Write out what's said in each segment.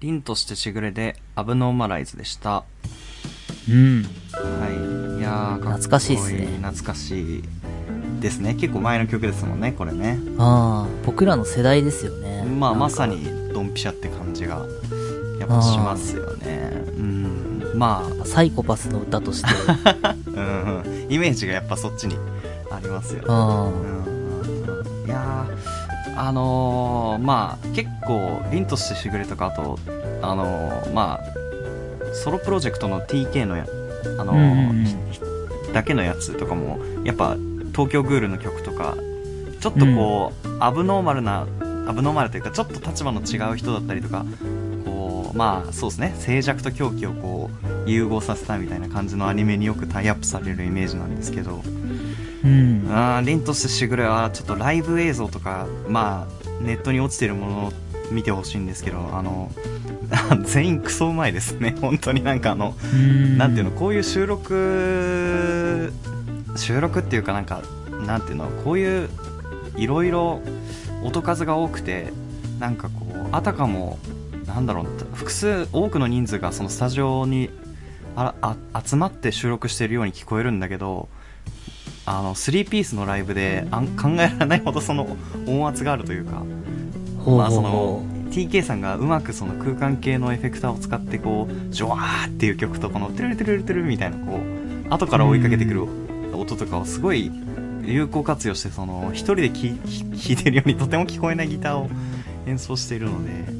凛としてしぐれで、アブノーマライズでした。うん。はい。いやー、かっこ懐かしいっすね懐かしいですね。結構前の曲ですもんね、これね。ああ、僕らの世代ですよね。まあ、なんかまさ。に、ドンピシャって感じが、やっぱしますよね。うん。まあ、サイコパスの歌と して。うんうん、イメージがやっぱそっちにありますよね。あうんうんうんいやーあのーまあ結構凛としてしぐれとかあとあのーまあソロプロジェクトの TK のやああ。のうんーうんうん。だけのやつとかもやっぱ東京グールの曲とかちょっとこう、アブノーマルなアブノーマルというかちょっと立場の違う人だったりとかこうまあそうですね静寂と狂気をこう融合させたみたいな感じのアニメによくタイアップされるイメージなんですけどうん。あー凛としてしぐれはちょっとライブ映像とか、まあ、ネットに落ちてるものを見てほしいんですけどあの 全員クソうまいですね本当になんかあの、うんなんていうのこういう収録収録っていうかなんかなんていうのこういういろいろ音数が多くてなんかこうあたかもなんだろう複数多くの人数がそのスタジオにああ集まって収録しているように聞こえるんだけどあの3ピースのライブであん考えられないほどその音圧があるというか、ほうまあ、ほそうのほ TK さんがうまくその空間系のエフェクターを使ってこうジョワーっていう曲とこのトゥルルトゥルルトゥルルみたいなこう後から追いかけてくる音とかをすごい有効活用してその一人で聴いてるようにとても聞こえないギターを演奏しているので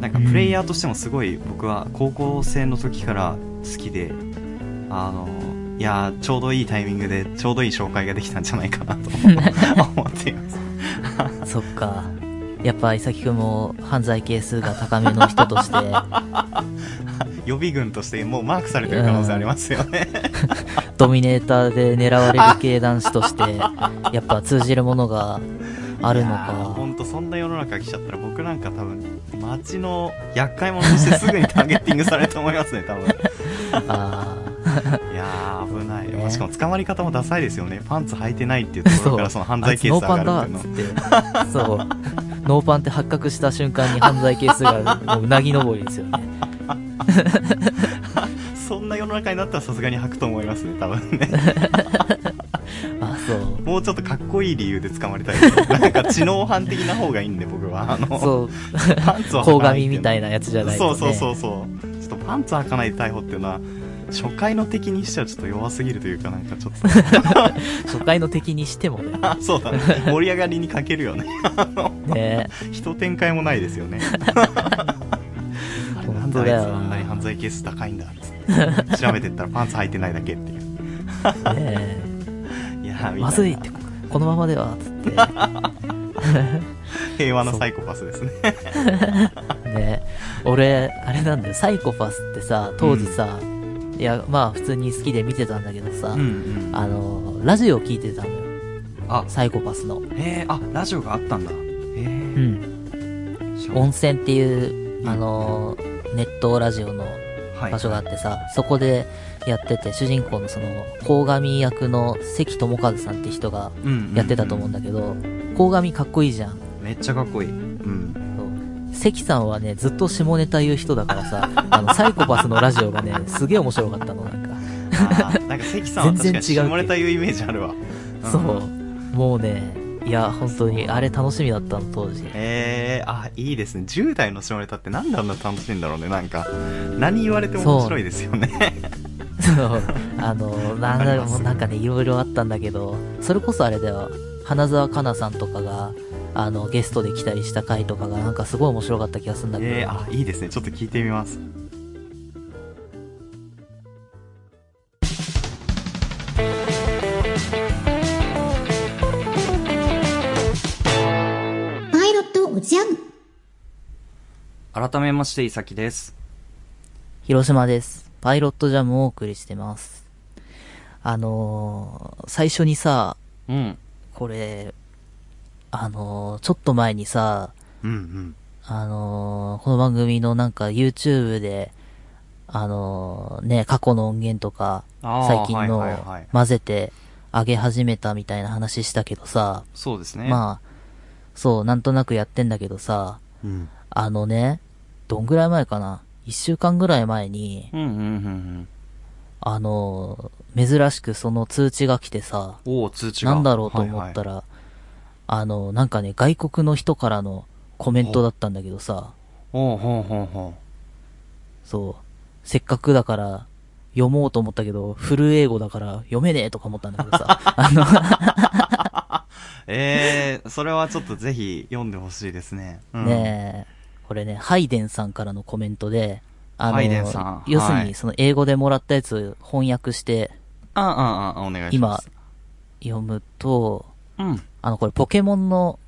なんかプレイヤーとしてもすごい僕は高校生の時から好きであのいやーちょうどいいタイミングでちょうどいい紹介ができたんじゃないかなと思っていますう。そっか。やっぱ、伊崎くんも犯罪係数が高めの人と して、予備軍としてもうマークされてる可能性ありますよねドミネーターで狙われる系男子として、やっぱ通じるものがあるのか。本当そんな世の中来ちゃったら僕なんか多分街の厄介者としてすぐにターゲッティングされると思いますね多 分あいやー危ない、ねまあしかも捕まり方もダサいですよねパンツ履いてないっていうところからその犯あ。あ罪いつケーノスーパ上ンだがるっっていうのつって。そう。ノーパンって発覚した瞬間に犯罪係数がもううなぎ登りですよね。そんな世の中になったらさすがに履くと思いますね多分ねあ、そう。もうちょっとかっこいい理由で捕まりたいですなんか知能犯的な方がいいんで僕 はあ のそう。パンツを履か鴻ないってう上のみたいなやつじゃないそと、うね、そうそうそうちょっとパンツ履かない逮捕っていうのは初回の敵にしてはちょっと弱すぎるというかなんかちょっと初回の敵にしてもね。あ そうだね盛り上がりに欠けるよね ねひと展開もないですよ ねあれなんであいつあんなに犯罪ケース高いんだっつ って調べてったらパンツ履いてないだけっていうね いやーみたいなまずいって、このままでは、つって。平和のサイコパスですねね俺、あれなんだよ、サイコパスってさ、当時さ、いや、まあ普通に好きで見てたんだけどさ、んあの、ラジオ聞いてたのよ、あサイコパスの。えあラジオがあったんだへうえん。温泉っていう、あの、ネットラジオの場所があってさ、そこでやってて、主人公のその、鴻上役の関智和さんって人がやってたと思うんだけど、鴻上かっこいいじゃん。めっちゃかっこいいうん そう関さんはね、ずっと下ネタ言う人だか らさ、あの、サイコパスのラジオがね、すげえ面白かったの、なんか。あーなんか関さんは確かに全然違う下ネタいうイメージあるわそうう。もうね、いや、本当に、あれ楽しみだったの、当時。えー、あいいですね10代の下ネタってなんであんな楽しいんだろうねなんか何言われても面白いですよ ねそう。あの、なわかんりか、ますもうなんかね、いろいろあったんだけど、それこそあれだよ、花澤香菜さんとかが、あの、ゲストで来たりした回とかが、なんかすごい面白かった気がするんだけど。えー、あいいですねちょっと聞いてみますパイロットおじゃん改めましていさきです広島です。パイロットジャムをお送りしてます。あのー最初にさ、うんこれ、あのーちょっと前にさ、うんうんあのーこの番組のなんか YouTube で、あのーね、過去の音源とか、あー最近のはいはいはい混ぜて上げ始めたみたいな話したけどさ、そうですねあ、まあ、そう、なんとなくやってんだけどさ、うん、あのね、どんぐらい前かな一週間ぐらい前に、うんうんうんあの、珍しくその通知が来てさ、うん。おお、通知が。なんだろうと思ったら。ら、あの、なんかね、外国の人からのコメントだったんだけどさ、おうほうほうほそう、せっかくだから、読もうと思ったけど、フル英語だから読めねえとか思ったんだけ どさ、あの、う。ええー、それはちょっとぜひ読んでほしいですね。うん、ねえ、これね、ハイデンさんからのコメントで、あの、ハイデンさん要するはいにその英語でもらったやつを翻訳してああ、ああ、お願いします。読むと、今。うん。あの、これポケモンの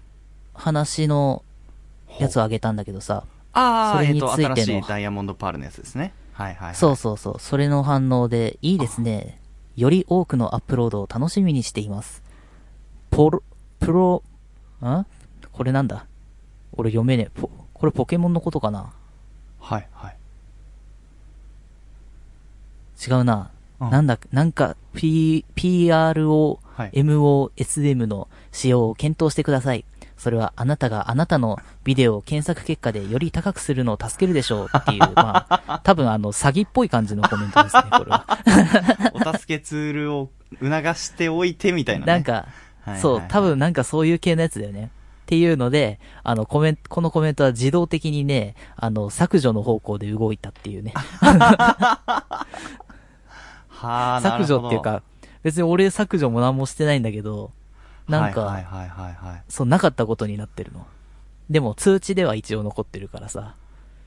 話のやつをあげたんだけどさ、あそあ、れえっ、にと、ついての新しいダイヤモンドパールのやつですね。はいはい、はい。そうそうそう、それの反応で、いいですね。より多くのアップロードを楽しみにしています。ポロ、プロ、んこれなんだ俺読めねえ。ポこれポケモンのことかなはいはい。違うな。うんなんだ、なんか、P、PRO、はい MOSM の使用を検討してください。それはあなたがあなたのビデオを検索結果でより高くするのを助けるでしょうっ ていう、まあ、多分あの、詐欺っぽい感じのコメントですね、これは。お助けツールを促しておいてみたいな、ね。なんか、はいはいはいそう、多分なんかそういう系のやつだよね。っていうので、あの、コメント、このコメントは自動的にね、あの、削除の方向で動いたっていうね。はあ、なる削ほど除っていうか、別に俺削除も何もしてないんだけど、なんか、はいはいはいはい、はい。そう、なかったことになってるの。でも、通知では一応残ってるからさ。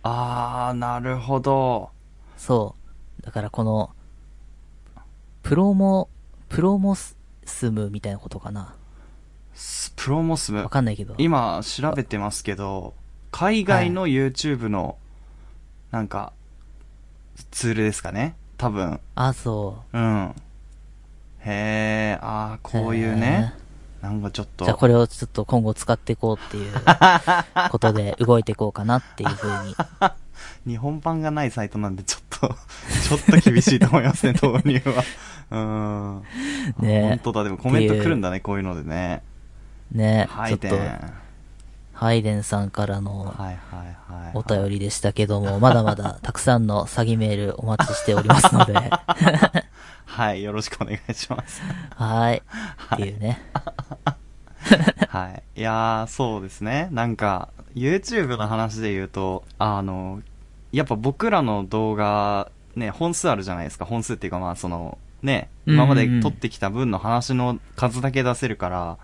ああ、なるほど。そう。だからこの、プロモ、プロモスムみたいなことかな。スプロモスムわ。かんないけど。今調べてますけど、海外の YouTube の、なんか、ツールですかね多分。あ、そうん。へえ、ああ、う。こういうね。なんかちょっへー。と。じゃあこれをちょっと今後使っていこうっ ていうことで動いていこうかなっていうふうに。日本版がないサイトなんで、ちょっと、 ちょっと厳しいと思います ね、導入は。うん。ねえ本当だ、でもコメント来るんだね、こういうのでね。ね、はちょい、っでと、ハイデンさんからのはいはいはい。お便りでしたけども、まだまだたくさんの詐欺メールお待ちしております ので。はい、よろしくお願いします。はい。っていうね。 はい。いやー、そうですね。なんか、YouTube の話で言うと、あの、やっぱ僕らの動画、ね、本数あるじゃないですか。本数っていうか、まあ、その、ね、うんうんう今まんで撮ってきた分の話の数だけ出せるから、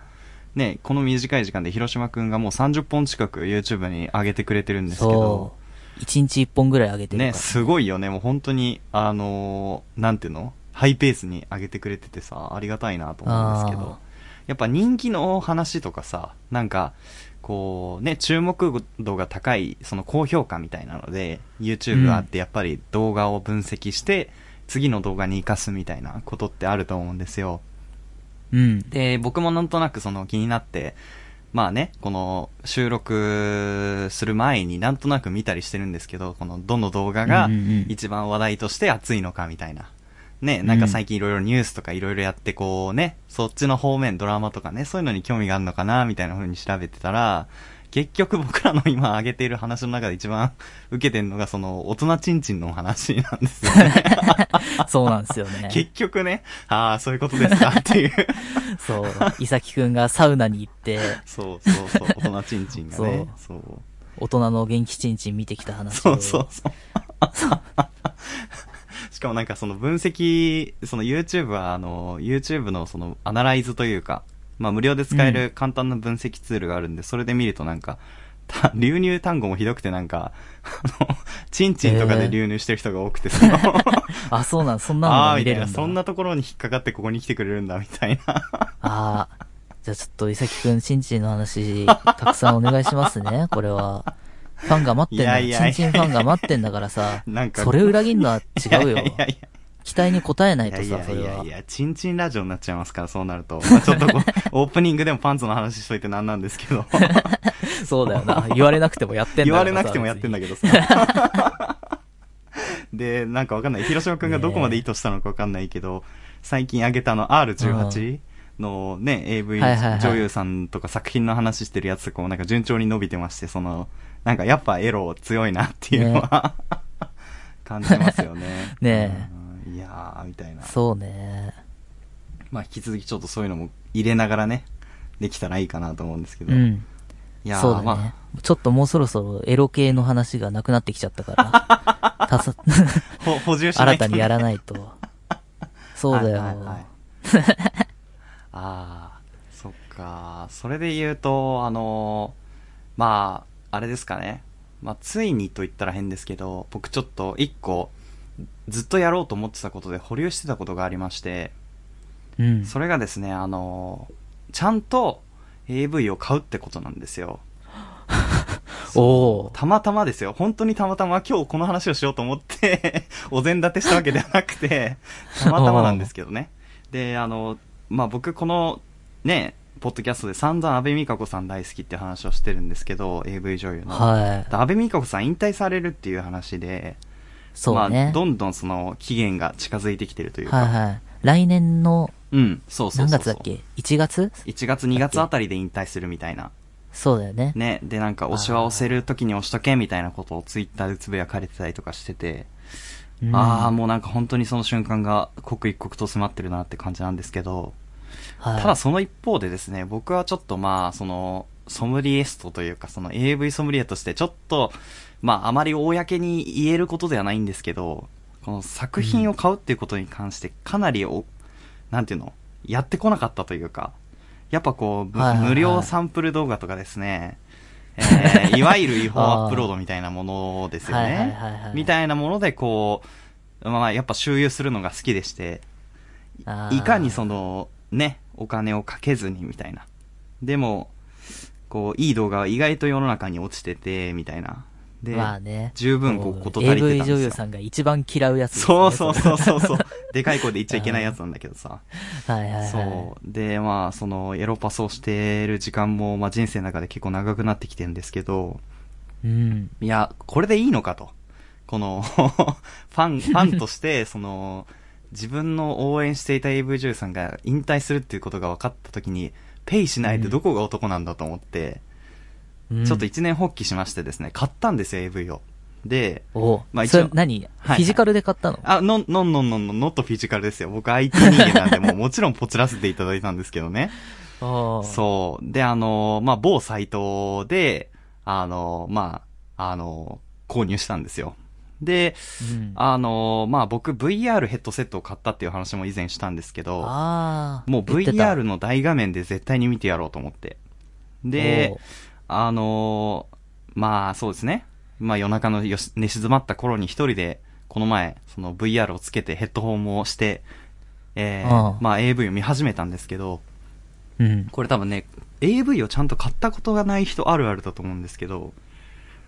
ね、この短い時間で広島くんがもう30本近く YouTube に上げてくれてるんですけどそ、う。一日一本ぐらい上げてるから。ね、すごいよね。もう本当に、あのーなんていうのハイペースに上げてくれててさ、ありがたいなと思うんですけあーど。やっぱ人気の話とかさ、なんか、こうね、注目度が高い、その高評価みたいなので、YouTube あってやっぱり動画を分析して、次の動画に活かすみたいなことってあると思うんですよ。うん。で、僕もなんとなくその気になって、まあね、この収録する前になんとなく見たりしてるんですけど、このどの動画がうんうんうん一番話題として熱いのかみたいな。ね、なんか最近いろいろニュースとかいろいろやってこうね、そっちの方面、ドラマとかね、そういうのに興味があるのかなみたいな風に調べてたら、結局僕らの今上げている話の中で一番受けてるのがその大人ちんちんのお話なんですよね。そうなんですよ ね。結局ね、ああ、そういうことですかっていう。そう。いさきくんがサウナに行って、そうそうそう、大人ちんちんがね。そう。大人の元気ちんちん見てきた話そを。うそうそう。しかもなんかその分析、その YouTube はあの、YouTube のそのアナライズというか、まあ無料で使える簡単な分析ツールがあるんで、それで見るとなんか、た流入単語もひどくてなんか、あの、ちんちんとかで流入してる人が多くて、そ の、あ、そうなん、そんなのあがあ、見みたれいるんな、だ。そんなところに引っかかってここに来てくれるんだ、みたいな。ああ。じゃあちょっといさきくん、ちんちんの話、たくさんお願いしますね、これは。ファンが待ってんだいやいよ。やいちやんちんファンが待ってんだからさ。なんかそれ裏切るのは違うよ いや。いやいや期待に応えないといやさ、いそやいれや。はいや、チンチンラジオになっちゃいますから、そうなると。まあ、ちょっと こうオープニングでもパンツの話しといてなんなんですけど。そうだよな。言われなくてもやってんだ言われなくてもやってんだだけどさ。 で、なんかわかんない。広島くんがどこまで意図したのかわかんないけど、最近あげたあの R18 ねのね、AV はいはいはい。女優さんとか作品の話してるやつとかもなんか順調に伸びてまして、その、なんかやっぱエロ強いなっていうのは、 感じますよね ねえ。いやー、みたいな。そうね。まあ引き続きちょっとそういうのも入れながらね、できたらいいかなと思うんですけど。ういん。やー、そうだね、まちょっともうそろそろエロ系の話がなくなってきちゃった から、たさあ、ほ補充しない新とたねにやらないと。そうだよ。はいはいはい ああ、そっか。それで言うと、あのーまあ、あれですかね。まあ、ついにと言ったら変ですけど、僕ちょっと一個、ずっとやろうと思ってたことで保留してたことがありまして、うん。それがですね、あのーちゃんと AV を買うってことなんですよ。おーたまたまですよ。本当にたまたま今日この話をしようと思って、 お膳立てしたわけではなく て、たまたまなんですけどね。で、あの、まあ、僕この、ね、ポッドキャストで散々安倍美香子さん大好きって話をしてるんですけど、AV 女優の。はい。で安倍美香子さん引退されるっていう話で、そうまあ、ね。どんどんその期限が近づいてきてるというか、はいはい。来年のうん、そうそうそうそう。何月だっけ ?1 月 ?1 月2月あたりで引退するみたいな。そうだよね。ね、でなんか、押しは押せる時に押しとけみたいなことをツイッターでつぶやかれてたりとかしてて、うんああ、もうなんか本当にその瞬間が刻一刻と迫ってるなって感じなんですけど、はい、ただその一方でですね、僕はちょっとまあ、その、ソムリエストというか、その AV ソムリエとしてちょっと、まあ、あまり公に言えることではないんですけど、この作品を買うっていうことに関してかなりお、なんていうの、やってこなかったというか、やっぱこう、むはいはいはい無料サンプル動画とかです ね、えーいわゆる違法アップロードみたいなものですよはいはいねはいは。いみたいなものでこう、まあやっぱ周遊するのが好きでして、あーいかにその、ね、お金をかけずにみたいな。でも、こう、いい動画は意外と世の中に落ちてて、みたいな。で、まあね。十分こう、もこと足りてたん AV ですよ。女優さんが一番嫌うやつですね、そうそうそうれそう そう。でかい声で言っちゃいけないやつなんだけどさ。はいはいはい。そう。で、まあ、その、エロパスをしてる時間も、まあ人生の中で結構長くなってきてるんですけど、うん。いや、これでいいのかと。この、 ファン、ファンとして、その、自分の応援していた AV 女優さんが引退するっていうことが分かった時に、ペイしないでどこが男なんだと思って、うんちょっと一年発起しましてですね、買ったんですよ、AV を。で、おうまあ一応それ何、はいフィジカルで買ったのあ、ノン、ノンノンノンノン、ノットフィジカルですよ。僕 IT 人間なんで、もうもちろんポチらせていただいたんですけどね。あう。そう。で、あの、まあ、某サイトで、あの、まあ、あの、購入したんですよ。で、うん、あのーまあ、僕 VR ヘッドセットを買ったっていう話も以前したんですけど、ああ。もう言ってた VR の大画面で絶対に見てやろうと思って。おでう、あのーまあ、そうですね。まあ、夜中のよし寝静まった頃に一人で、この前、その VR をつけてヘッドホンをして、えーうんまあ、AV を見始めたんですけど、うん。これ多分ね、AV をちゃんと買ったことがない人あるあるだと思うんですけど、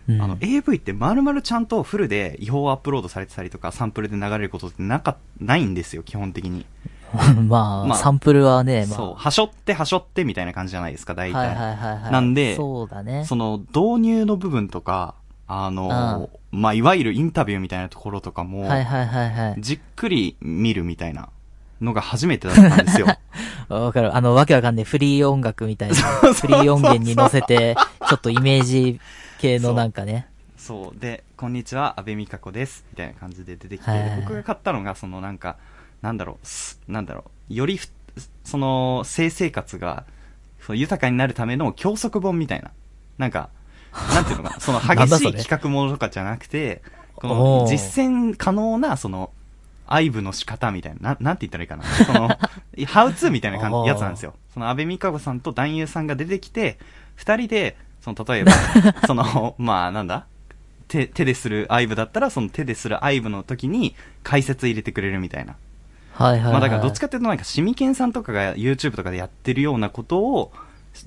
うんあの、AV って丸々ちゃんとフルで違法アップロードされてたりとか、サンプルで流れることってなか、ないんですよ、基本的に。 まあ、まあサンプルはね、まあ。そう、はしょってはしょってみたいな感じじゃないですか、大体。はいはいはいはい。なんでそうだね。その、導入の部分とか、あの、まあ、いわゆるインタビューみたいなところとかも、はいはいはいはい。じっくり見るみたいなのが初めてだったんです よ。わかる。あの、わけわかんない。フリー音楽みたいな。フリー音源に乗せて、ちょっとイメージ系のなんかね。そう。で、こんにちは、安倍美香子です。みたいな感じで出てきて、はいはい僕が買ったのが、そのなんか、なんだろう、すなんだろう、よりふ、その、性生活が、そう豊かになるための教則本みたいな。なん か、なんていうのかな、そのなん激だしそいれ企画ものとかじゃなくて、こおの、ー実践可能な、その、愛部の仕方みたいな、ななんて言ったらいいかな。その、ハウツーみたいな感おじーやつなんですよ。その、安倍美香子さんと男優さんが出てきて、二人で、その、例えば、その、まあ、なんだ手、手でする愛部だったら、その手でする愛部の時に解説入れてくれるみたいな。はいはいはい。まあだからどっちかっていうとなんか、シミケンさんとかが YouTube とかでやってるようなことを、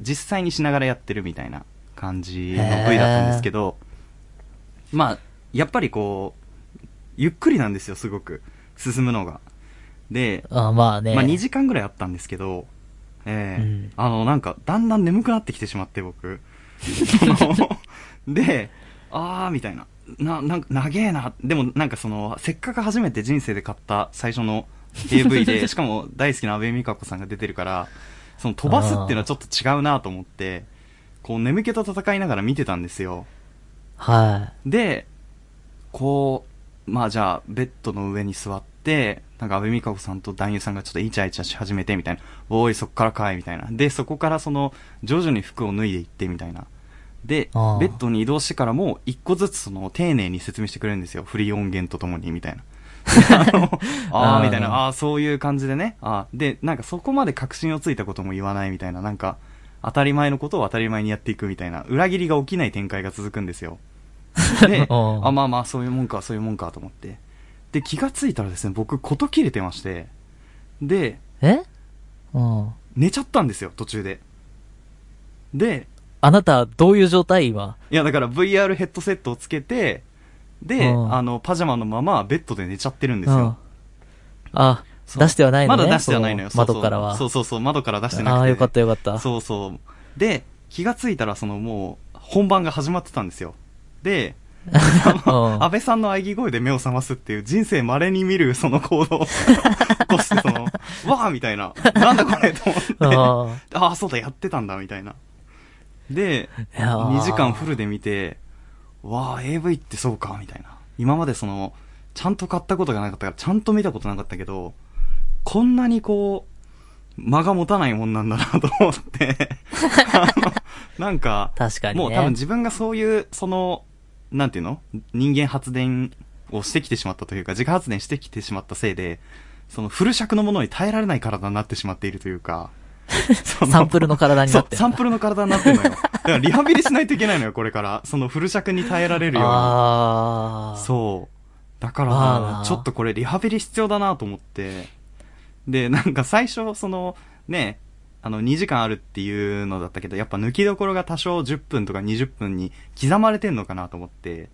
実際にしながらやってるみたいな感じの部位だったんですけど、まあ、やっぱりこう、ゆっくりなんですよ、すごく。進むのが。で、あまあね。まあ2時間ぐらいあったんですけど、ええうんあの、なんか、だんだん眠くなってきてしまって、 僕。そので、あー、みたいな。な、なんか、長えな。でも、なんかその、せっかく初めて人生で買った最初の AV で、しかも大好きな安倍美香子さんが出てるから、その飛ばすっていうのはちょっと違うなと思って、こう眠気と戦いながら見てたんですよ。はで、こう、まあじゃあ、ベッドの上に座って、なんか安倍美香子さんと男優さんがちょっとイチャイチャし始めてみたいな、おい、そっからかい、みたいな。で、そこからその、徐々に服を脱いでいってみたいな。で、ベあーッドに移動してからも、一個ずつその、丁寧に説明してくれるんですよ。フリー音源とともに、みたい な。あのああーーみたいな、ああー、そういう感じでね。あーで、なんかそこまで確信をついたことも言わないみたいな、なんか、当たり前のことを当たり前にやっていくみたいな、裏切りが起きない展開が続くんですよ。 で、うんあ、まあまあ、そういうもんか、そういうもんかと思って。で、気がついたらですね、僕、こと切れてまして、で、い。えうん。寝ちゃったんですよ、途中で。で、あなた、どういう状態今。いや、だから VR ヘッドセットをつけて、で、うんあの、パジャマのままベッドで寝ちゃってるんですよ。うん。あ、そう出してはないのね。まだ出してはないのよ。その窓からは。そうそうそうそう、窓から出してなくて。ああ、よかったよかった。そうそう。で、気がついたら、そのもう、本番が始まってたんですよ。で、うん安倍さんの喘ぎ声で目を覚ますっていう人生稀に見るその行 動を起こして、その、わーみたいな、なんだこれと思って、あああー、そうだ、やってたんだ、みたいな。で、いやー2時間フルで見て、わあ AV ってそうか、みたいな。今までその、ちゃんと買ったことがなかったから、ちゃんと見たことなかったけど、こんなにこう、間が持たないもんなんだなと思 って、あのなんか、確かにね。もう多分自分がそういう、その、なんていうの人間発電をしてきてしまったというか、自家発電してきてしまったせいで、そのフル尺のものに耐えられない体になってしまっているという か、その サンプルの体になってそう、サンプルの体になってるのよ。だからリハビリしないといけないのよ、これから。そのフル尺に耐えられるようあに。あ。そう。だかあら、ーちょっとこれリハビリ必要だなと思って。で、なんか最初、その、ね、あの、2時間あるっていうのだったけど、やっぱ抜きどころが多少10分とか20分に刻まれてんのかなと思って、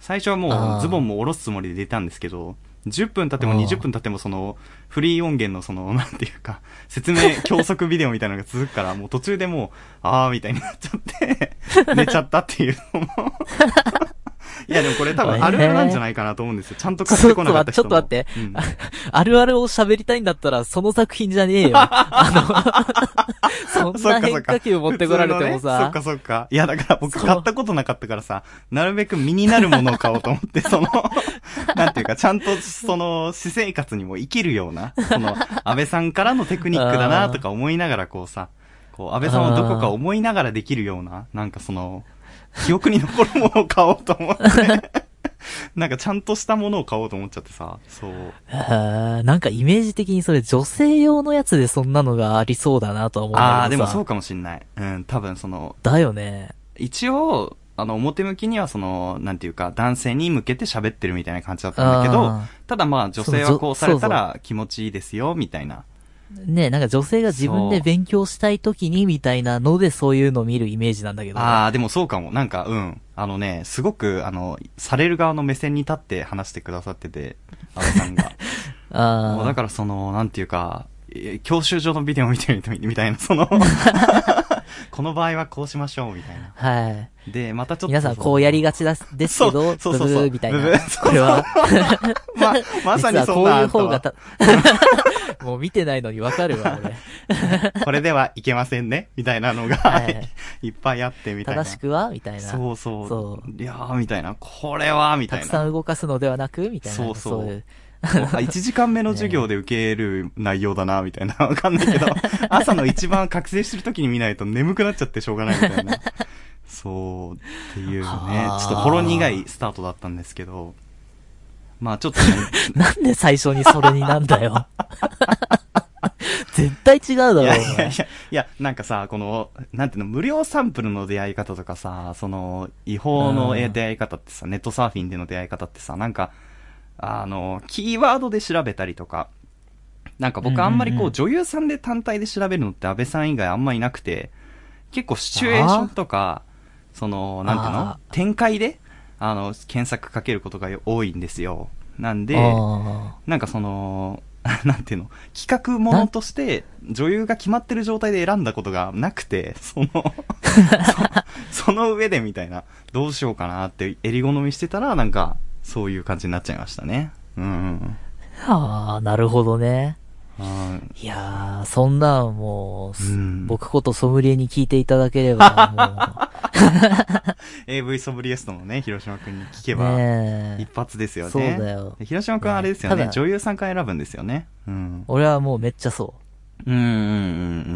最初はもあうーズボンも下ろすつもりで出たんですけど、10分経ってもあー20分経ってもその、フリー音源のその、 なんていうか、説明、教則ビデオみたいなのが続くから、もう途中でもう、あーみたいになっちゃって、 寝ちゃったっていうのも。いやでもこれ多分あるあるなんじゃないかなと思うんですよ。ちゃんと買ってこなかった人も。ちょっと待ってうん あるあるを喋りたいんだったら、その作品じゃねえ よ。あの、そんな変化球持ってこられてもそさっ。かそっか。いや、だから僕そう買ったことなかったからさ、なるべく身になるものを買おうと思 って、その、なんていうか、ちゃんと、その、私生活にも生きるような、その、安倍さんからのテクニックだなとか思いながらこうさ、こう、安倍さんをどこか思いながらできるような、なんかその、記憶に残るものを買おうと思って、 なんかちゃんとしたものを買おうと思っちゃってさ、そう。あーなんかイメージ的にそれ女性用のやつでそんなのがありそうだなとは思うんだけどさ。ああー、でもそうかもしんない。うん、多分その、だよね。一応、あの、表向きにはその、なんていうか、男性に向けて喋ってるみたいな感じだったんだけどあ、ただまあ女性そはのこうされたら気持ちいいですよ、みたいな。ねなんか女性が自分で勉強したい時にみたいなのでそういうのを見るイメージなんだけど。ああ、でもそうかも。なんか、うん。あのね、すごく、あの、される側の目線に立って話してくださってて、阿部さんが。もうだ あからその、なんていうか、え教習所のビデオ見てみみたいな、そ の、この場合はこうしましょう、みたいな。あ。はい。で、またちょっと。皆さんこうやりがちだですそけど、う そうそうそうブブーみたいなブブー。これは、ま、まさに 実はそんこうないうあんた方はがた、 もう見てないのにわかるわ、俺。これではいけませんね、みたいなのが、、はいっ ぱいあって、 みたいな。正しくはみたいな。そうそう。そいやー、みたいな。これは、みたたいくな。さん動かすのではなくみたいな。そうそういう1時間目の授業で受ける内容だな、みたいな。わかんないけ ど、朝の一番覚醒してる時に見ないと眠くなっちゃってしょうがないみたいな。そう、っていうねは。あちょっとほろ苦いスタートだったんですけど、まあちょっとね、なんで最初にそれになんだよ。 絶対違うだろ、いおやいや前い。や、いや、なんかさ、この、なんていうの、無料サンプルの出会い方とかさ、その、違法のえうん出会い方ってさ、ネットサーフィンでの出会い方ってさ、なんか、あの、キーワードで調べたりとか、なんかうんうん僕うんあんまりこう、女優さんで単体で調べるのって安倍さん以外あんまいなくて、結構シチュエーションとか、その、なんていうのあ展開で、あの、検索かけることが多いんですよ。なんで、あなんかその、 なんていうの、企画ものとして女優が決まってる状態で選んだことがなくて、その、 そその上でみたいな、どうしようかなって襟好みしてたら、なんか、そういう感じになっちゃいましたね。うんうんうん。ーああ、なるほどね。うんいやー、そんなんもう、すうん僕ことソムリエに聞いていただけれ ば、 AV ソブリエストのね、広島くんに聞けもう、ば、ねえ一。発ですよね。そうだよで広島くんあれですよたねだ、女優さんから選ぶんですよね。うん。俺はもうめっちゃそうんうんうんう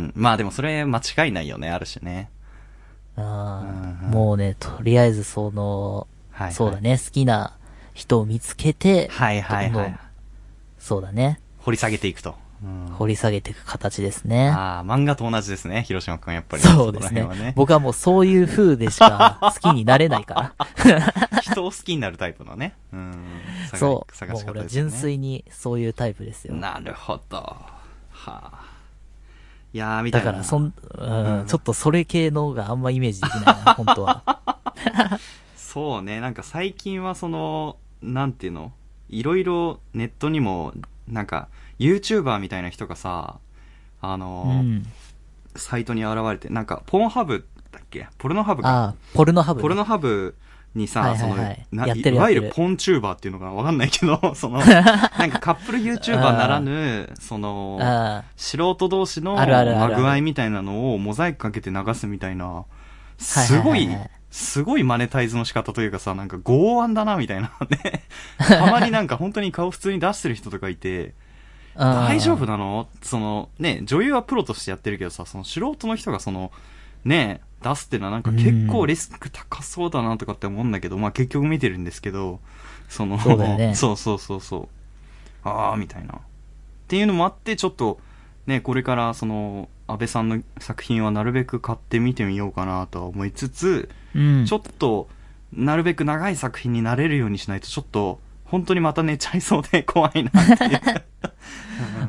ん。まあでもそれ間違いないよね、あるしね。う。あーうんもうね、とりあえずその、はい、はい。そうだ。ね、好きな人を見つけて、はいはいどはんどんい。そうだね、掘り下げていくと。うん掘り下げていく形ですね。ああ、漫画と同じですね、広島くんやっぱり。そうですねこら辺は僕はもうそういう風で しか好きになれないから。人を好きになるタイプの ね。うん。探そう。探もしう方俺はですよ純ね。粋にそういうタイプですよ。なるほど。はあ。いやー、みただいな。から、そん、うんうんちょっとそれ系の方があんまイメージできないな、本 当は。そうね、なんか最近はその、なんていうのいろいろネットにも、なんか、YouTuber みたいな人がさ、あうのー、ん。サイトに現れて、なんか、ポーンハブだっけポルノハブか。ああ、ポルノハブね、ポルノハブにさ、はいそはいのはい、なやってるいわゆやるってるポンチューバーっていうのかなわかんないけど、 そ の、なんかカップル YouTuber ならぬ、その、あ素人同士のあるあるあまるぐあいみたいなのをモザイクかけて流すみたいな、すごはいいはいはい、すごいマネタイズの仕方というかさ、なんか剛腕だなみたいなね。たまになんか本当に顔普通に出してる人とかいて、あ大丈夫なのそのね、女優はプロとしてやってるけどさ、その素人の人がその、ね、出すっていうのはなんか結構リスク高そうだなとかって思うんだけど、まあ結局見てるんですけど、その、そうだよ ねそうそうそうそう。ああ、みたいな。っていうのもあって、ちょっと、ね、これからその、安倍さんの作品はなるべく買って見てみようかなとは思いつつ、うん。ちょっと、なるべく長い作品になれるようにしないと、ちょっと、本当にまた寝ちゃいそうで怖いなっていう。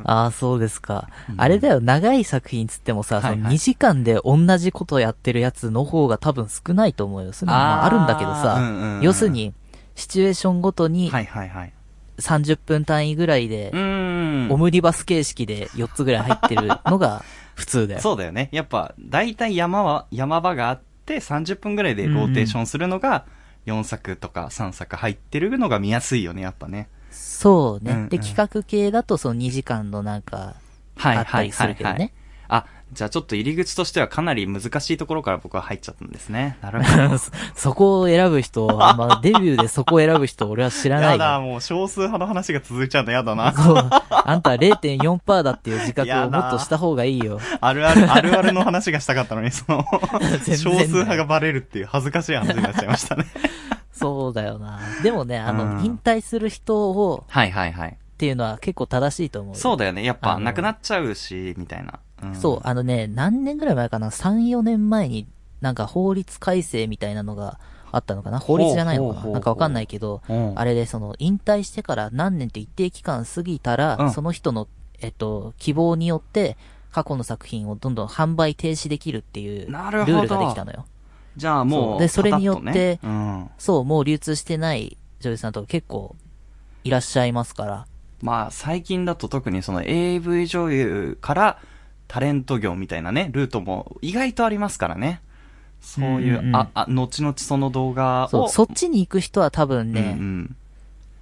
ああ、そうですか。うんあれだよ、長い作品つってもさ、はいはいその2時間で同じことやってるやつの方が多分少ないと思うよ。そういうのもまああーあるんだけどうんうんうさん、要するに、シチュエーションごとにはいはいはい。 30分単位ぐらいでう、ーん。オムニバス形式で4つぐらい入ってる のが普通だよ。そうだよね。やっぱ、大体山は、山場があって、30分ぐらいでローテーションするのが、4作とか3作入ってるのが見やすいよね、やっぱね。そううんうねん。で、企画系だとその2時間のなんか、はいはいあったはい、りすはるけどいね。。あ、じゃあちょっと入り口としてはかなり難しいところから僕は入っちゃったんですね。なるほど。そ そこを選ぶ人、あんまデビューでそこを選ぶ人俺は知らなやいだ、よ。もう少数派の話が続いちゃうのやだな。そう。あんたは0.4%だっていう自覚をもっとした方がいいよ。あるある、あるあるの話がしたかったのに、その、 全然だよ少数派がバレるっていう恥ずかしい話になっちゃいました ね。そうだよな。でもね、あうの、ん引退する人を、はいはいはい。っていうのは結構正しいと思うよ。そうだよね。やっあぱ、のなくなっちゃうし、みたいな。うんそう、あのね、何年ぐらい前かな ?3、4年前に、なんか法律改正みたいなのがあったのかな法律じゃないのほうかほうほなうなんかわかんないけど、うんあれでその、引退してから何年と一定期間過ぎたら、うんその人の、えっと、希望によって、過去の作品をどんどん販売停止できるっていう、ルなるほどールができたのよ。じゃあそもうう、でそれによってパタッとねそう、もう流通してない女優さんとか結構、いらっしゃいますから。うん、まあ最近だと特にその AV 女優からタレント業みたいなね、ルートも意外とありますからね。そういう、うんうんあ、あ、後々その動画を、そう、そっちに行く人は多分うんうね、ん、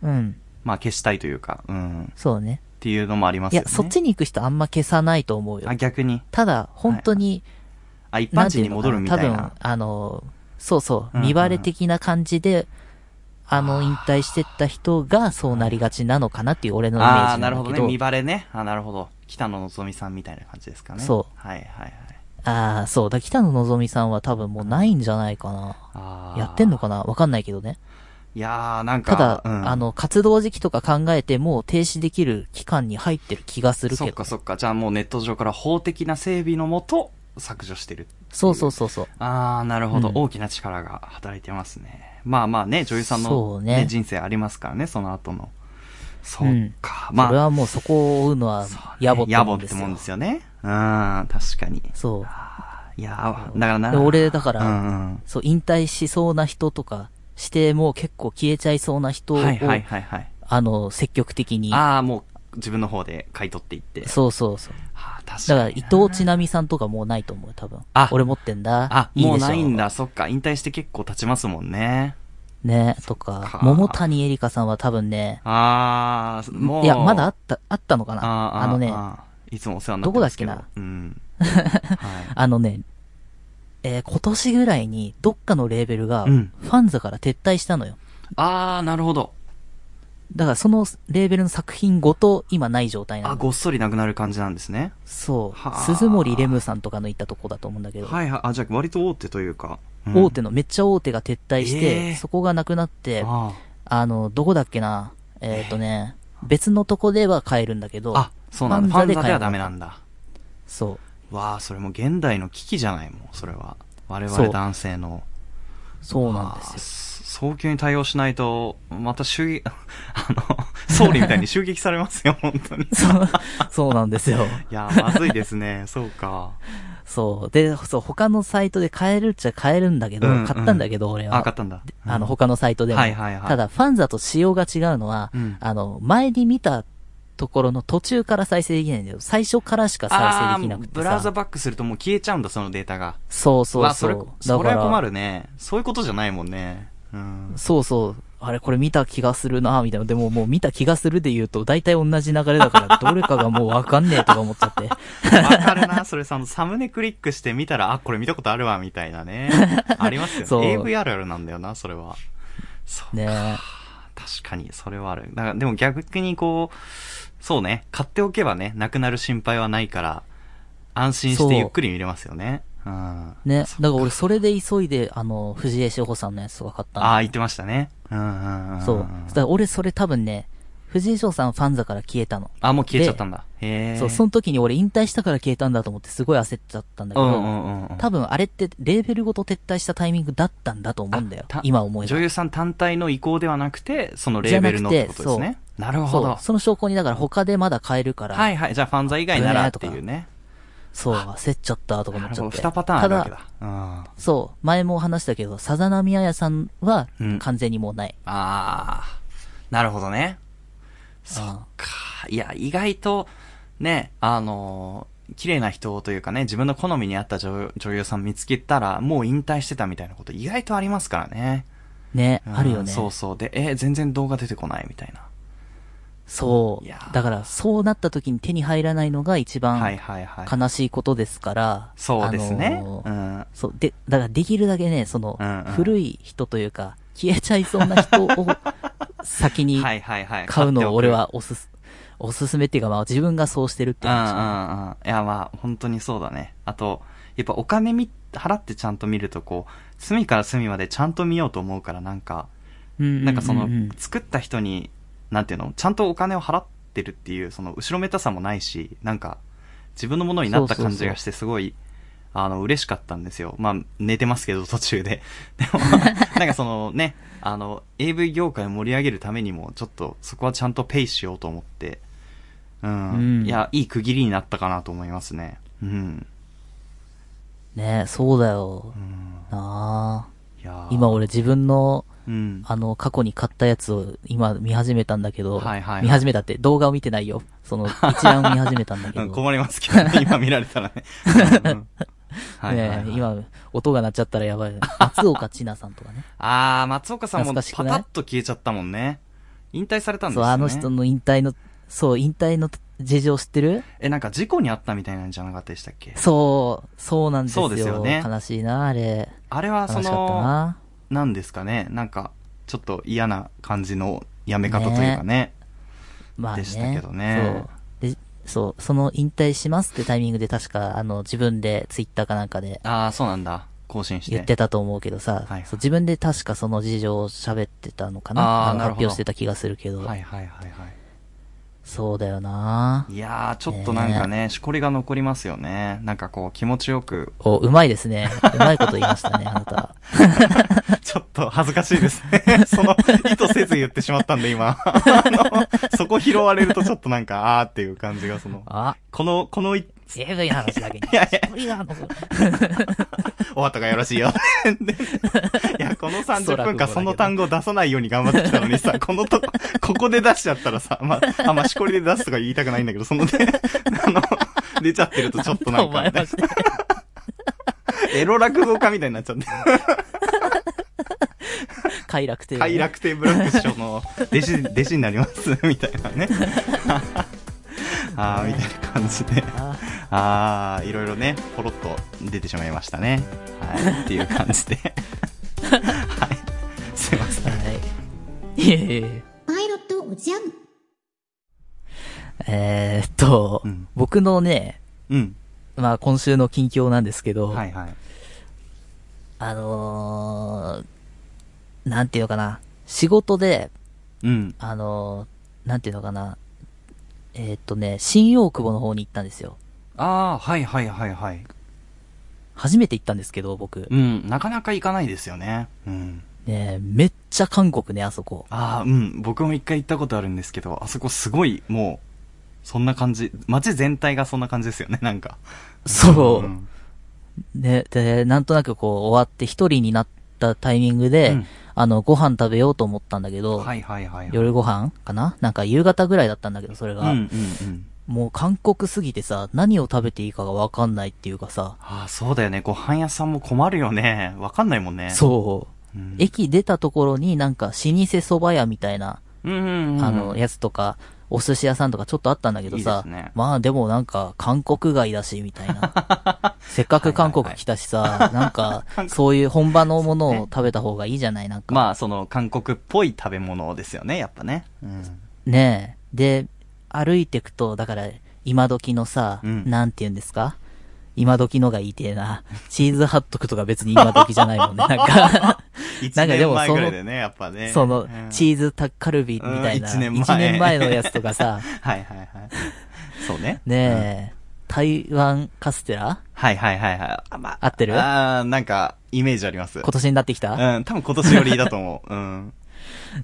うん、まあ消したいというか、うん、っそうね。ていうのもありますいよやね。、そっちに行く人あんま消さないと思うよあ、。逆に。ただ、本当に、あ、一般なんてい人にうの戻かるみなたい多分な。、あの、そうそうう、んうん見バレ的な感じで、あの、引退してった人がそうなりがちなのかなっていう俺のイメーああ、ジななんるだほどけね。ど、見バレね。あ、なるほど。北野のぞみさんみたいな感じですかね。そうはいはいはい。ああ、そう、だ、北野のぞみさんは多分もうないんじゃないかな。あーやってんのかなわかんないけどね。いやー、なんか、ただ、うんあの、活動時期とか考えてもう停止できる期間に入ってる気がするそけっどか。そっか。じゃあもうネット上から法的な整備のもと削除してる。そうそうそうそう。あー、なるほど。うん大きな力が働いてますね。まあまあね、女優さんその、うねね人生ありますからね、その後の。そっか。それまあ、はもうそこを追うのは野暮って野もん暮でってすよも。んですよね。うん、確かに。そう。いやー、だからな。で俺だからうんうん。そう、引退しそうな人とか、してもう結構消えちゃいそうな人を、はいはいはいはい。あの、積極的に。あー、もう自分の方で買い取っていって。そうそうそう。あー確かだにかな。ら、伊藤ちなみさんとかもうないと思う、多分。あ俺持ってんだ。あ、いいもうでしょないん。だ。そっか。引退して結構経ちますもんね。ね、とか、か桃谷絵里香さんは多分ね、あー、もう。いや、まだあった、あったのかなああーのね、ああーいつもお世話になってますけど。どこだっうん。はのね、えー今年ぐらいに、どっかのレーベルが、うフんァンザから撤退したのよ。い。 あー、なるほど。だからそのレーベルの作品ごと、今ない状態なあ、の。ごっそりなくなる感じなんですね。そはあう。鈴森レムさんとかの行ったとこだと思うんだけど、はいはい。あ、じゃあ割と大手というか。うん大手の、めっちゃ大手が撤退して、えーそこがなくなって、ああの、どこだっけな、えっ、とね、別のとこでは買えるんだけーど、あ、そうなんだ。ファンザではダメんなだ。んだ。そう。わあ、それもう現代の危機じゃないもん、それは。我そ々う男性の。そうなんですよあー。そ早急に対応しないと、また襲撃、 あの、総理みたいに襲撃されますよ、本当に。いそう、 そうなんですよ。やー、まずいですね。 そうか。そう。で、そう、他のサイトで買えるっちゃ買えるんだけど、うんうん買ったんだけど、俺は。あ、買ったんだ。うんあの、他のサイトでも。はいはいはいただ、ファンザと仕様が違うのは、うんあの、前に見たところの途中から再生できないんだよ。最初からしか再生できなくあーてさ。ブラウザバックするともう消えちゃうんだ、そのデータが。そううそうわ、そ。そうれ、それだかはら困るね。そういうことじゃないもんね。うん。そうそう。あれ、これ見た気がするなみたいな。でも、もう見た気がするで言うと、大体同じ流れ だから、どれかがもうわかんねえとか思っちゃって。わかる な、それさ、サムネクリックして見たら、あ、これ見たことあるわ、みたいなね。ありますそようね。AV あるあるなんだよな、それは。そう。ねえ。確かに、それはある。だから、でも逆にこう、そうね、買っておけばね、なくなる心配はないから、安心しそうてゆっくり見れますよね。うん。ね。そだから俺、それで急いで、あの、藤江志保さんのやつとか買ったんだああ、言ってましたね。うんうんうんん。そう。だから俺それ多分ね、藤井翔さんファンザから消えたの。あ、もう消えちゃったんだ。へえ。そう、その時に俺引退したから消えたんだと思ってすごい焦っちゃったんだけうど、んうんうんうん。多分あれってレーベルごと撤退したタイミングだったんだと思うんだよあた。今思えば。女優さん単体の意向ではなくて、そのレーベルのっじゃてなくこてとですね。なるほそどう。。その証拠にだから他でまだ買えるから、はいはい。じゃあ、ファンザ以外ならっていうね。そう、焦っちゃったとか思なっるちほゃっど。て。二パターンあるわけただ、だ。うん。あそう、前も話したけど、さざなみややさんはうん完全にもうない。あー。なるほどね。そっか。いや、意外と、ね、あのー綺麗な人というかね、自分の好みに合った女女優さん見つけたら、もう引退してたみたいなこと意外とありますからね。ね、うんあるよね。そうそう。で、えー全然動画出てこないみたいな。そいやーう。だから、そうなった時に手に入らないのが一番、はいはいはい。悲しいことですから。そうですねあ。のうーん。そう、で、だからできるだけね、そのうんうん、古い人というか、消えちゃいそうな人を先にはいはいはい。買うのを俺買っておくはおすす、おすすめっていうか、まあ自分がそうしてるってうんうんうん。い話。やまあ、本当にそうだね。あと、やっぱお金み、払ってちゃんと見るとこう、隅から隅までちゃんと見ようと思うから、なんか、うんなんかそのううん、作った人に、なんていうの、ちゃんとお金を払ってるっていう、その、後ろめたさもないし、なんか、自分のものになったそうそうそう感じがして、すごい、あの、嬉しかったんですよ。まあ、寝てますけど、途中で。で も、なんかそのね、あの、AV 業界を盛り上げるためにも、ちょっと、そこはちゃんとペイしようと思って、うん。うんいや、いい区切りになったかなと思いますね。うん。ねそうだよう。ん、なあいやー今、俺自分の、うん。あの、過去に買ったやつを今見始めたんだけど、はいはいはい見始めたって動画を見てないよ。その、一覧を見始めたんだ けうん、ど。困りますけどね、今見られたらね。うん うんはいはいはいね今、音が鳴っちゃったらやばい。松岡千奈さんと かね。あー、松岡さんも懐パかしくタないッと消えちゃったもんね。引退されたんですそう、よね。あの人の引退の、そう、引退の事情知ってるえ、なんか事故にあったみたいなんじゃなかったでしたっけそう、そうなんですよ。そうですよね悲しいな、あれ。あれは悲しそかったの、な。なんですかね。なんか、ちょっと嫌な感じのやめ方というかね。まあね。でしたけどねそう。で、そう、その引退しますってタイミングで確か、あの、自分でツイッターかなんかであー、そうなんだ。更新して。言ってたと思うけどさ、はいそう自分で確かその事情を喋ってたのかあーなあのなる発ほど表してた気がするけど。はいはいはいはい。そうだよないやー、ちょっとなんかね、しこりが残りますよね。なんかこう、気持ちよ く、お、うまいですね。うまいこと言い ましたね、あなた。ちょっと恥ずかしいです ね。その、意図せず言ってしまったんで、今。あの、そこ拾われるとちょっとなんか、あーっていう感じが、その、あ、この、このい、 AV の話だけに。いやいや 無理なのお後がよろしいよ。 でいや、このそら30分間くそうだけどその単語出さないように頑張ってきたのに さ、このとこ、ここで出しちゃったらさ、まあ、あんましこりで出すとか言いたくないんだけど、そのね、 あの、出ちゃってるとちょっとなんお前か、はして。エロ落語家みたいになっちゃって。快楽亭、快楽亭ブラック師匠の弟子弟子になりますみたいなね ああみたいな感じであああいろいろねポロッと出てしまいましたねはいっていう感じで はいすいませんはい。いえいえいえ。パイロットおじゃんえーっと、うん僕のね、うんまあ今週の近況なんですけど、はいはいあのー、なんていうのかな、仕事で、うんあのー、なんていうのかな、えーっとね、新大久保の方に行ったんですよ。ああはいはいはいはい初めて行ったんですけど、僕。うんなかなか行かないですよねうんねめっちゃ韓国ね、あそこ。ああうん僕も一回行ったことあるんですけどあそこすごいもうそんな感じ街全体がそんな感じですよねなんかそうう。んね、で、なんとなくこう終わって一人になったタイミングで、うんあの、ご飯食べようと思ったんだけど、はいはいはいはい夜ご飯かななんか夕方ぐらいだったんだけど、それうんうが。んうんもう韓国すぎてさ、何を食べていいかがわかんないっていうかさ、ああそうだよねご飯屋さんも困るよねわかんないもんねそう。うん、駅出たところになんか老舗蕎麦屋みたいな、うんうんうんあの、やつとか、お寿司屋さんとかちょっとあったんだけどさ、いいですねまあでもなんか韓国街だし、みたいな。 せっかく韓国来たしさ、なんか、そういう本場のものを食べた方がいいじゃないなんか。まあ、その、韓国っぽい食べ物ですよね、やっぱね。うん。ねえ。で、歩いてくと、だから、今時のさ、うんなんて言うんですか今時のがいいてえな。チーズハットクとか別に今時じゃないもんね。な んか、 1なんかで年も前そのぐらいでね、やっぱね。その、チーーズタッカルビみたいな。うん一年前一のやつとかさ、 はいはいはい。そうね。ねえ、台湾カステラはいはいはいはい。あ、ま合ってるあーなんか、イメージあります。今年になってきた、うん、多分今年よりだと思う。うん。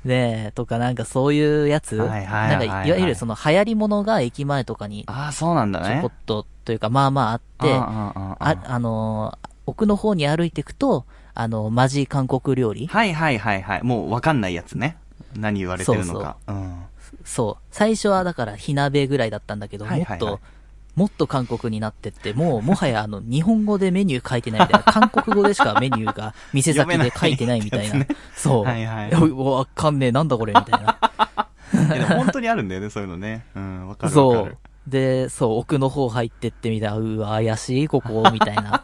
ねえ、とかなんかそういうやつ、はいはいはいはいなんか、いわゆるその流行り物が駅前とかに、ああ、そうなんだちょね。こっと、というか、まあまああって、あーあーああー、あーあのー奥の方に歩いていくと、あの、マジ韓国料理はいはいはいはい。もうわかんないやつね。何言われてるのか。うん。そう。最初はだから火鍋ぐらいだったんだけど、はいはいはいもっと、もっと韓国になってって、もう、もはやあの、 日本語でメニュー書いてないみたいな、韓国語でしかメニューが店先で書いてないみたいな。読めないやそう。はいはいやわかんねえ、なんだこれ、みたいな。いやでも本当にあるんだよね、そういうのね。うん、わかるわそかるう。。で、そう、奥の方入ってってみたら、うわ、怪しい、ここ、みたい な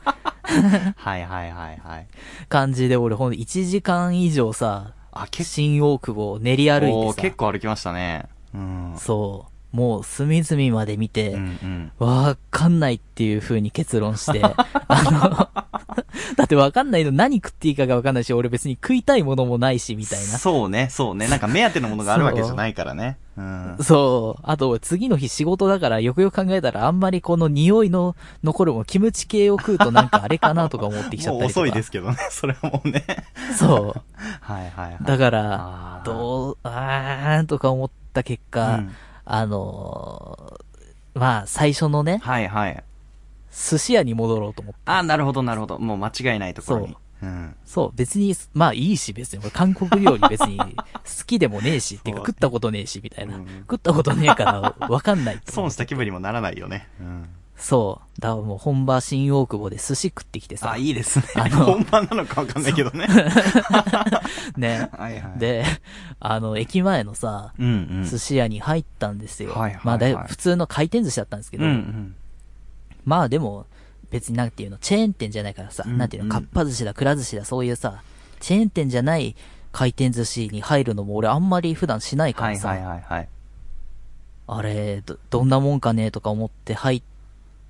はいはいはいはい。感じで、俺ほんと1時間以上さ、あ、結新大久保を練り歩い構、てさ結、構歩きましたね。うん。そう。もう隅々まで見て、うんうん。わかんないっていう風に結 論して、あの、 だってわかんないの何食っていいかがわかんないし、俺別に食いたいものもないし、みたいな。そうね、そうね。なんか目当てのものがあるわけじゃないからね。うん。そう。あと、次の日仕事だから、よくよく考えたら、あんまりこの匂いの残るもん、キムチ系を食うとなんかあれかなとか思ってきちゃもうったりとか。遅いですけどね、 それはもうね。そう。はいはいはい。だかからあ、ーどう、あーんとか思った結果、あのーまあ、最初のね、はいはい。寿司屋に戻ろうと思って。あ、なるほどなるほど。もう間違いないところに。うん。そう、別に、まあいいし、別に。俺韓国料理別 に好きでもねえし、っていうかそう食ったことねえし、みたいな。うん食ったことねえから、わかんないって思う損した気分にもならないよね。うん。そう。だからもう本場新大久保で寿司食ってきてさ。あ、いいですね。あの本番なのかわかんないけどね。ね。はいはい。、で、 あの、駅前のさ、うんうん。寿司屋に入ったんですよ。はいはいはいまあだいぶ普通の回転寿司だったんですけうんど、うん。まあでも、別になんていうの、チェーン店じゃないからさ、うんなんていううんの、かっぱ寿司だ、くら寿司だ、そういうさ、チェーン店じゃない回転寿司に入るのも俺あんまり普段しないかはらいさ、はいはいはい。あれ、ど、どんなもんかねとか思って入っ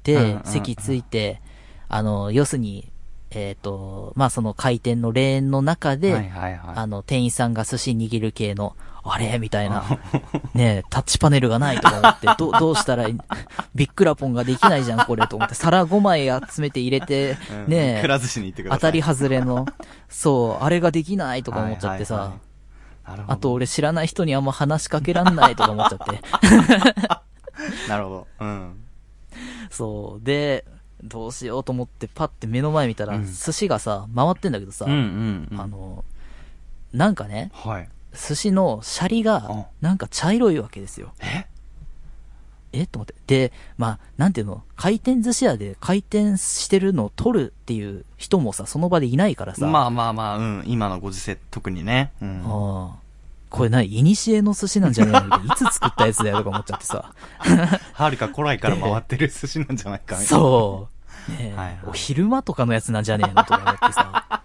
て、うんうんうん席ついて、あの、要するに、えっ、と、まあ、その回転のレーンの中で、はいはいはあの、店員さんが寿司握る系の、あれみたいな。ねえ、タッチパネルがないとか思って、どう、 どうしたらいいビックラポンができないじゃん、これ、と思って。皿5枚集めて入れい。てう、んねくらえ、寿司に行ってくださ当い。たり外れの、そう、あれができないとか思っちゃってさ。はいはいはい。なるほど。あと、俺知らない人にあんま話しかけらんないとか思っちゃって。なるほど。うん。そう。で、どうしようと思ってパッて目の前見たら、うん寿司がさ、回ってんだけどさ、うんうんうん。あ、の、なんかね、はい。寿司のシャリうんが、なんか茶色いわけですよ。ええと思って。で、まあ、なんていうの回転寿司屋で回転してるのを撮るっていう人もさ、その場でいないからさ。まあまあまあ、うん。今のご時世、特にね。うん。ああ。これ何いにしえの寿司なんじゃないのいつ作ったやつだよとか思っちゃってさ。はるか古来から回ってる寿司なんじゃないかみたいなそう。ねえはいはいお昼間とかのやつなんじゃねえのとか思ってさ。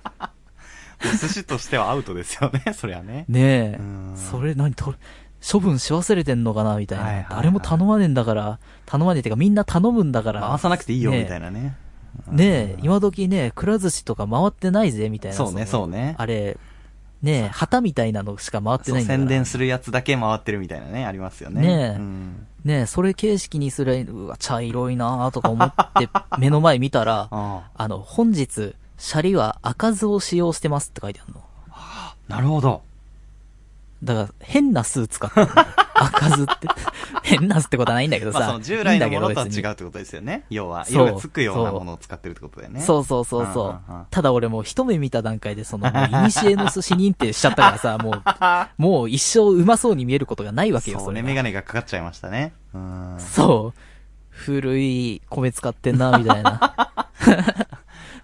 寿司としてはアウトですよね、そりゃね。ねえうん。それ何と、処分し忘れてんのかなみたいな、はいはいはい誰も頼まねえんだから、頼まねえってかみんな頼むんだから。回さなくていいよ、ねえみたいなね。ねえ、今時ね、くら寿司とか回ってないぜ、みたいな。そうねそうねあれ、ねえ、旗みたいなのしか回ってそなう、いんだから宣伝するやつだけ回ってるみたいなね、ありますよね。ねえうんねえ、それ形式にするうわ、茶色いなぁとか思って、目の前見 たら、ああの、本日、シャリは赤酢を使用してますって書いてあるの。あなるほど。だから、変な酢使ってる の赤酢って。変な酢ってことはないんだけどさ。まあ、その従来のものとはいいんだ違けどうってことですよね。要は、そう色がつくようなものを使ってるってことだよね。そうそうそうそううんうんうん。ただ俺もう一目見た段階で、その、もう、いにしえの寿司認定しちゃったからさ、もう、 もう一生うまそうに見えることがないわけよ、そそうね、れメが。ガネがかかっちゃいましたね。うん。そう。古い米使ってんな、みた いな。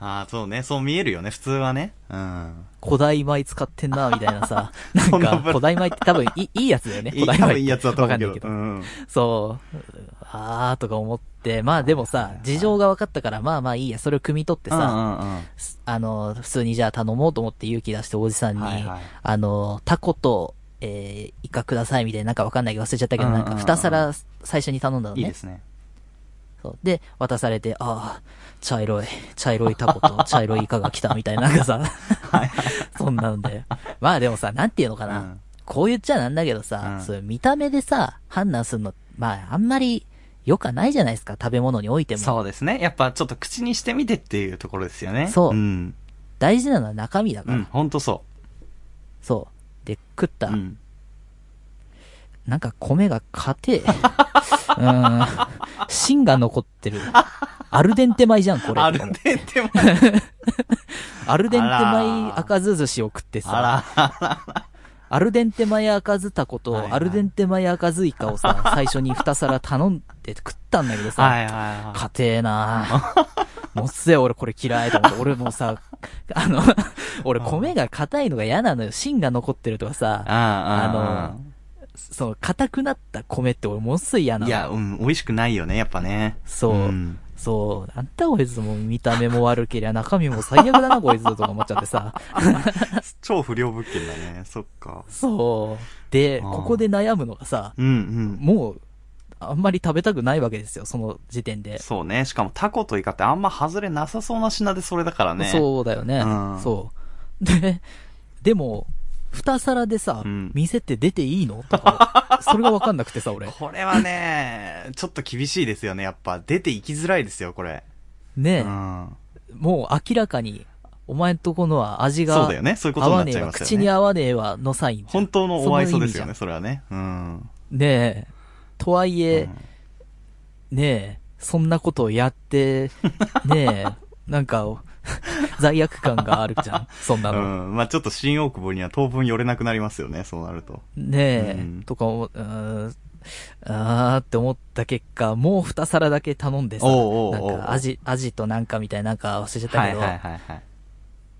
ああ、そうね、そう見えるよね、普通はね。うん。古代米使ってんな、みたいなさ。なそんんなか、ぶら古代米って多分いい、いいやつだよね、いい古代多米っ分て。いいやつだと思うけど。わかんないけどうん。 そう。あーとか思って、まあでもさ、事情が分かったから、まあまあいいや、それを汲み取ってさ、うんうんうん。あの、普通にじゃあ頼もうと思って勇気出しておじさんに、はいはいあの、タコと、えー、イカくださいみたいな、なんかわかんないけど忘れちゃったけど、うんうんなうんんか二皿最初に頼んだのね。いいですね。そうで、渡されて、ああ、茶色い、茶色いタコと茶色いイカが来たみたいな、なんかさ、そんなんで。まあでもさ、なんていうのかな。うんこう言っちゃなんだけどさ、うんそういう見た目でさ、判断するの、まああんまり良かないじゃないですか、食べ物においても。そうですね。やっぱちょっと口にしてみてっていうところですよね。そううん。大事なのは中身だかうら。ん、ほんとそそう。で、食った。う。うん。なんか米が硬え。 うーん。芯が残ってる。アルデンテ米じゃん、これ。あるんでっても。アルデンテあ米ら赤酢寿司を食ってあさ、ら。アルデンテ米赤酢タコはいはいとアルデンテ米赤酢イカを さ、最初に2皿頼んで食ったんだけ どはいはいさ、は硬 えなぁ。もっせ俺これ嫌いと思って、俺もうさ、あ の、俺米が硬いのが嫌なのよ。芯が残ってるとかい。さ、ああその硬くなった米って俺ものすごい嫌の、なの。いや、うん、美味しくないよね、やっぱね。そう。んそう。なんだこいつも見た目も悪けりゃ中身も最悪だなこいつとか思っちゃっ てさ。超不良物件だね。そっか。そう。で、あーここで悩むのがさ、うんうん。もう、あんまり食べたくないわけですよ、その時点で。そうね。しかもタコとイカってあんま外れなさそうな品でそれだからね。う。そうだよね、うんそう。で、でも、二皿でさ、うん店って出ていいのとか、それがわかんなくて さ、俺。これはね、ちょっと厳しいですよね。やっぱ出て行きづらいですよ、これ。うね、ん。もう明らかに、お前んとこのは味が、そうだよねそういうことに合なわっねちゃえいわ、ますよね口に合わねえわ、のサインじゃん。本当のお愛想ですよね、そそれはね。うん。の意味じゃん。ねえ。とはいえ、ねえ、そんなことを やって、ねえ、なんか、罪悪感があるじゃん。そんなうの。ん。まあちょっと新大久保には当分寄れなくなりますよね、そうなると。ねえ、うんとか思う、うーん、あーって思った結果、もう二皿だけ頼んでさ、おうおうおうなんか、アジ、アジとなんかみたいななんか忘れちゃったけど、はいはい。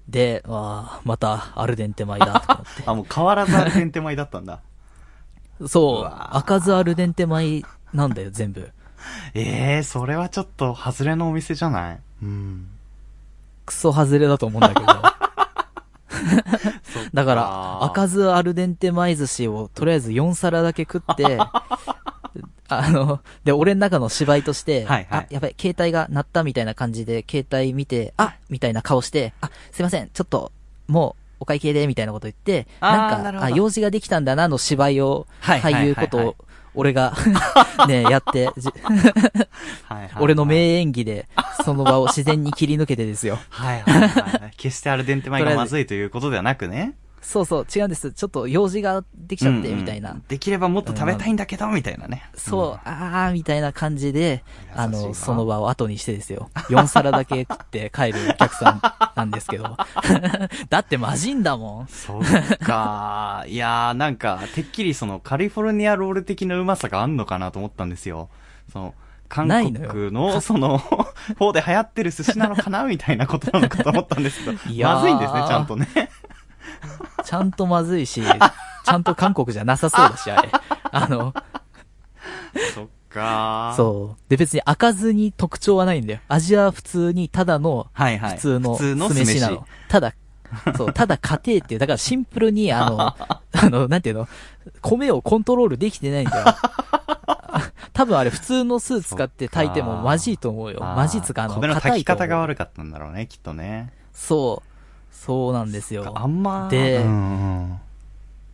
で、わーまたアルデンテ米 だとか思って。あ、もう変わらずアルデンテ米だったんだ。 そうう、わー赤酢アルデンテ米なんだよ、全部。ええー、それはちょっと外れのお店じゃないうん。クソ外れだと思うんだけど。そっだから、赤酢アルデンテ米寿司をとりあえず4皿だけ食 って、あの、で、俺の中の芝居として、はいはいあ、やばい、携帯が鳴ったみたいな感じで、携帯見て、あみたいな顔して、あ、すいません、ちょっと、もう、お会計で、みたいなこと言って、あーなんなるか、ほどあ、用事ができたんだな、の芝居を、はいはいはいは俳い優ことを、俺が、ね、やって、じはいはいはい俺の。名演技で、その場を自然に切り抜けてですよ。はいはいはい。 決してアルデンテ米がまずいということではなくね。そうそう、違うんです。ちょっと用事ができちゃって、みたいな。うんうんできればもっと食べたいんだけど、みたいなね。そう、あーみたいな感じで、あ優しいなの、その場を後にしてですよ。4皿だけ食って帰るお客さんなんですけど。 だってマジんだもん。そっか。 いやー、なんか、てっきりそのカリフォルニアロール的なうまさがあんのかなと思ったんですよ。その、韓ない国のよの、そ の、方で流行ってる寿司なのかなみたいなことなのかと思ったんですけど、いやーまずいんですね、ちゃんと ね。ちゃんとまずいし、ちゃんと韓国じゃなさそうだし、あれ。あの、そっかーそう。で、別に開かずに特徴はないんだよ。味は普通に、ただの、はいはい。普通の普通酢の酢飯飯なの。ただ、そう、ただ家庭っていう、だからシンプル に、あの、あの、なんていうの、米をコントロールできてないん だよ。多分あれ普通の酢使って炊いてもまじいと思うよ。あーまじいつうか、あの、米の硬炊いきと思方うが悪かったんだろうね、きっとね。そう。そうなんですよ。あんま、でうんうん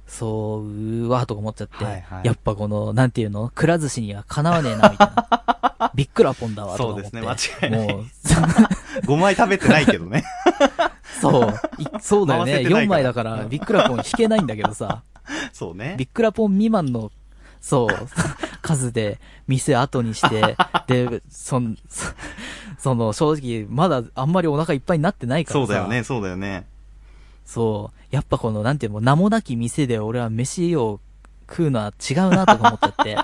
そう、うーわーとか思っちゃって、はいはいやっぱこの、なんていうのくら寿司にはかなわねえな、みたい な。びっくらポンだわ、とか思っそて。うですね間違いないもう、 5枚食べてないけどね。 そう、いそうだよ回せね。てないから4枚だから、びっくらポン引けないんだけどさ、そうね び。っくらポン未満の、 そう、数で、店後にして、で、そん、そその、正直、まだあんまりお腹いっぱいになってないからそさ。うだよね、そうだよね。そう。やっぱこの、なんていうの、名もなき店で俺は飯を食うのは違うなとか思っち ゃって。は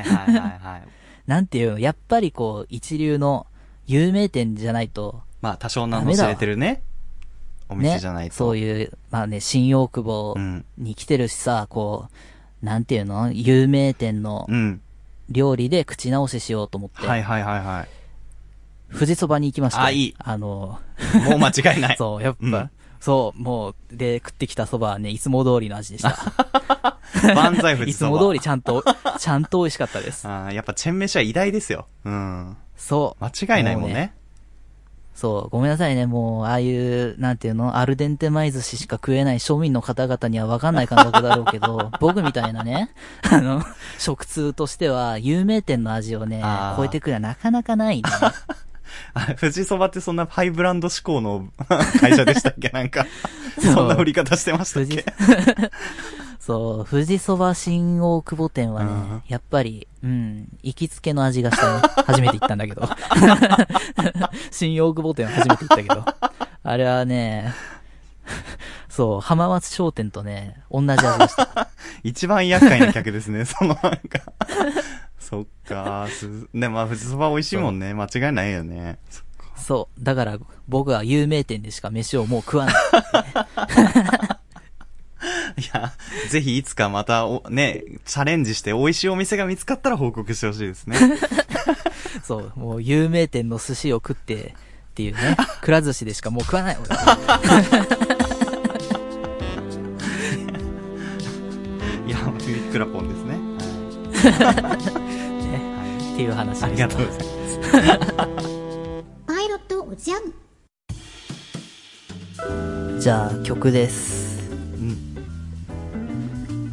いはいはいはい。なんていうの、やっぱりこう、一流の有名店じゃないと、まあ、多少名の知れてるね。おね、店じゃないと。そういう、まあね、新大久保うん。に来てるしさ、こう、なんていうの、有名店のうん。料理で口直ししようと思って、はいはいはいはい。富士そばに行きました。あいいあの、もう間違いない。 そう、やっぱ、うんそう、もう、で、食ってきたそばはね、いつも通りの味でした。万歳富い士つそば。も通りちゃんと、 ちゃんと美味しかったです。ああ、やっぱチェンメシは偉大ですよ。うん。そう。間違いないもんうね。そう、ごめんなさいね、もう、ああいう、なんていうの、アルデンテ米寿司しか食えない庶民の方々には分かんない感覚だろう けど、僕みたいなね、あの、食通としては、有名店の味をねあー、超えてくるのはなかなかないね。あ富士そばってそんなハイブランド志向の 会社でしたっけなんか。そうそんな売り方してましたっ富士け、 そう、富士そば新大久保店はね、うんやっぱり、うん、行きつけの味がしたね。 初めて行ったんだけど。 新大久保店は初めて行ったけど。あれはね、そう、浜松商店とね、同じ味がした。 一番厄介な客ですね。 そのなんか。そっか。すね、まあ富士そば美味しいもんね。間違いないよね。そう。だから、僕は有名店でしか飯をもう食わない。いや、ぜひいつかまたお、ね、チャレンジして美味しいお店が見つかったら報告してほしいですね。 そう。もう有名店の寿司を食って、っていうね。くら寿司でしかもう食わない。俺いや、ビックラポンですね。はっていう話でした。いありがとうございます。パイロットおじゃんじゃあ曲ですうん。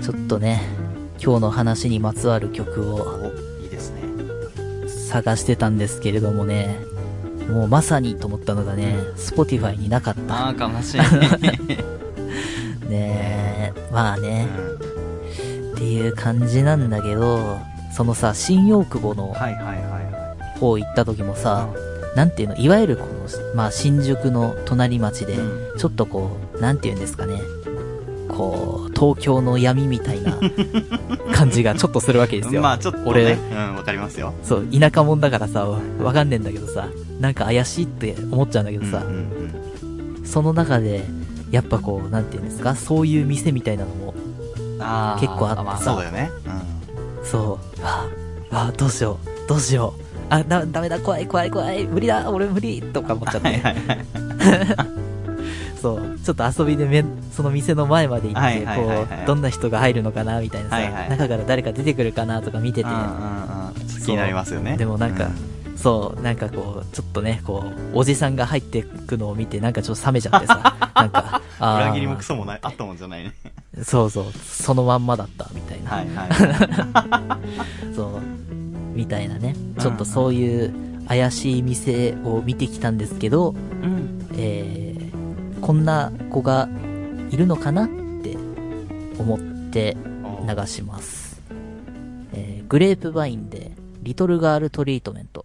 ちょっとね今日の話にまつわる曲をお、いいですね。探してたんですけれどもねもうまさにと思ったのがね Spotify になかったああ、悲しい。うねえまあねんっていう感じなんだけどそのさ新大久保のはいはいは方行った時もさなんていうのいわゆるこの、まあ、新宿の隣町で、うちょっとこうなんていうんですかねこう東京の闇みたいな感じがちょっとするわけですい。よ。まあちょっと俺ね、うん、わかりますよ。そう、田舎者だからさ、わかんねえんだけどさ、なんか怪しいって思っちゃうんだけどさ、うんうんその中でやっぱこうなんていうんですかそういう店みたいなのもうん、あ結構あってさまそうだよね。そうわあわあどうしようどうしようあだダメだ怖い怖い怖い無理だ俺無理とか思っちゃって、 そう、ちょっと遊びでめ、その店の前まで行はっいて、はいはいはいこう、どんな人が入るのかな、みたいなさ、はいはい中から誰か出てくるかなとか見てうて、ん。うんうんうん。ちょっと気になりますよね。でもなんかう、そう、なんかこう、ちょっとね、こう、おじさんが入ってくのを見て、なんかちょっと冷めちゃってさ、 なんか、あー裏切りもクソもない、あったもんじゃないね。そうそう、そのまんまだった、みたいな。はいはい。そう、みたいなね。ちょっとそういう怪しい店を見てきたんですけど、 うん。えー、こんな子がいるのかなって思って流します。えー、グレープバインで、リトルガールトリートメント。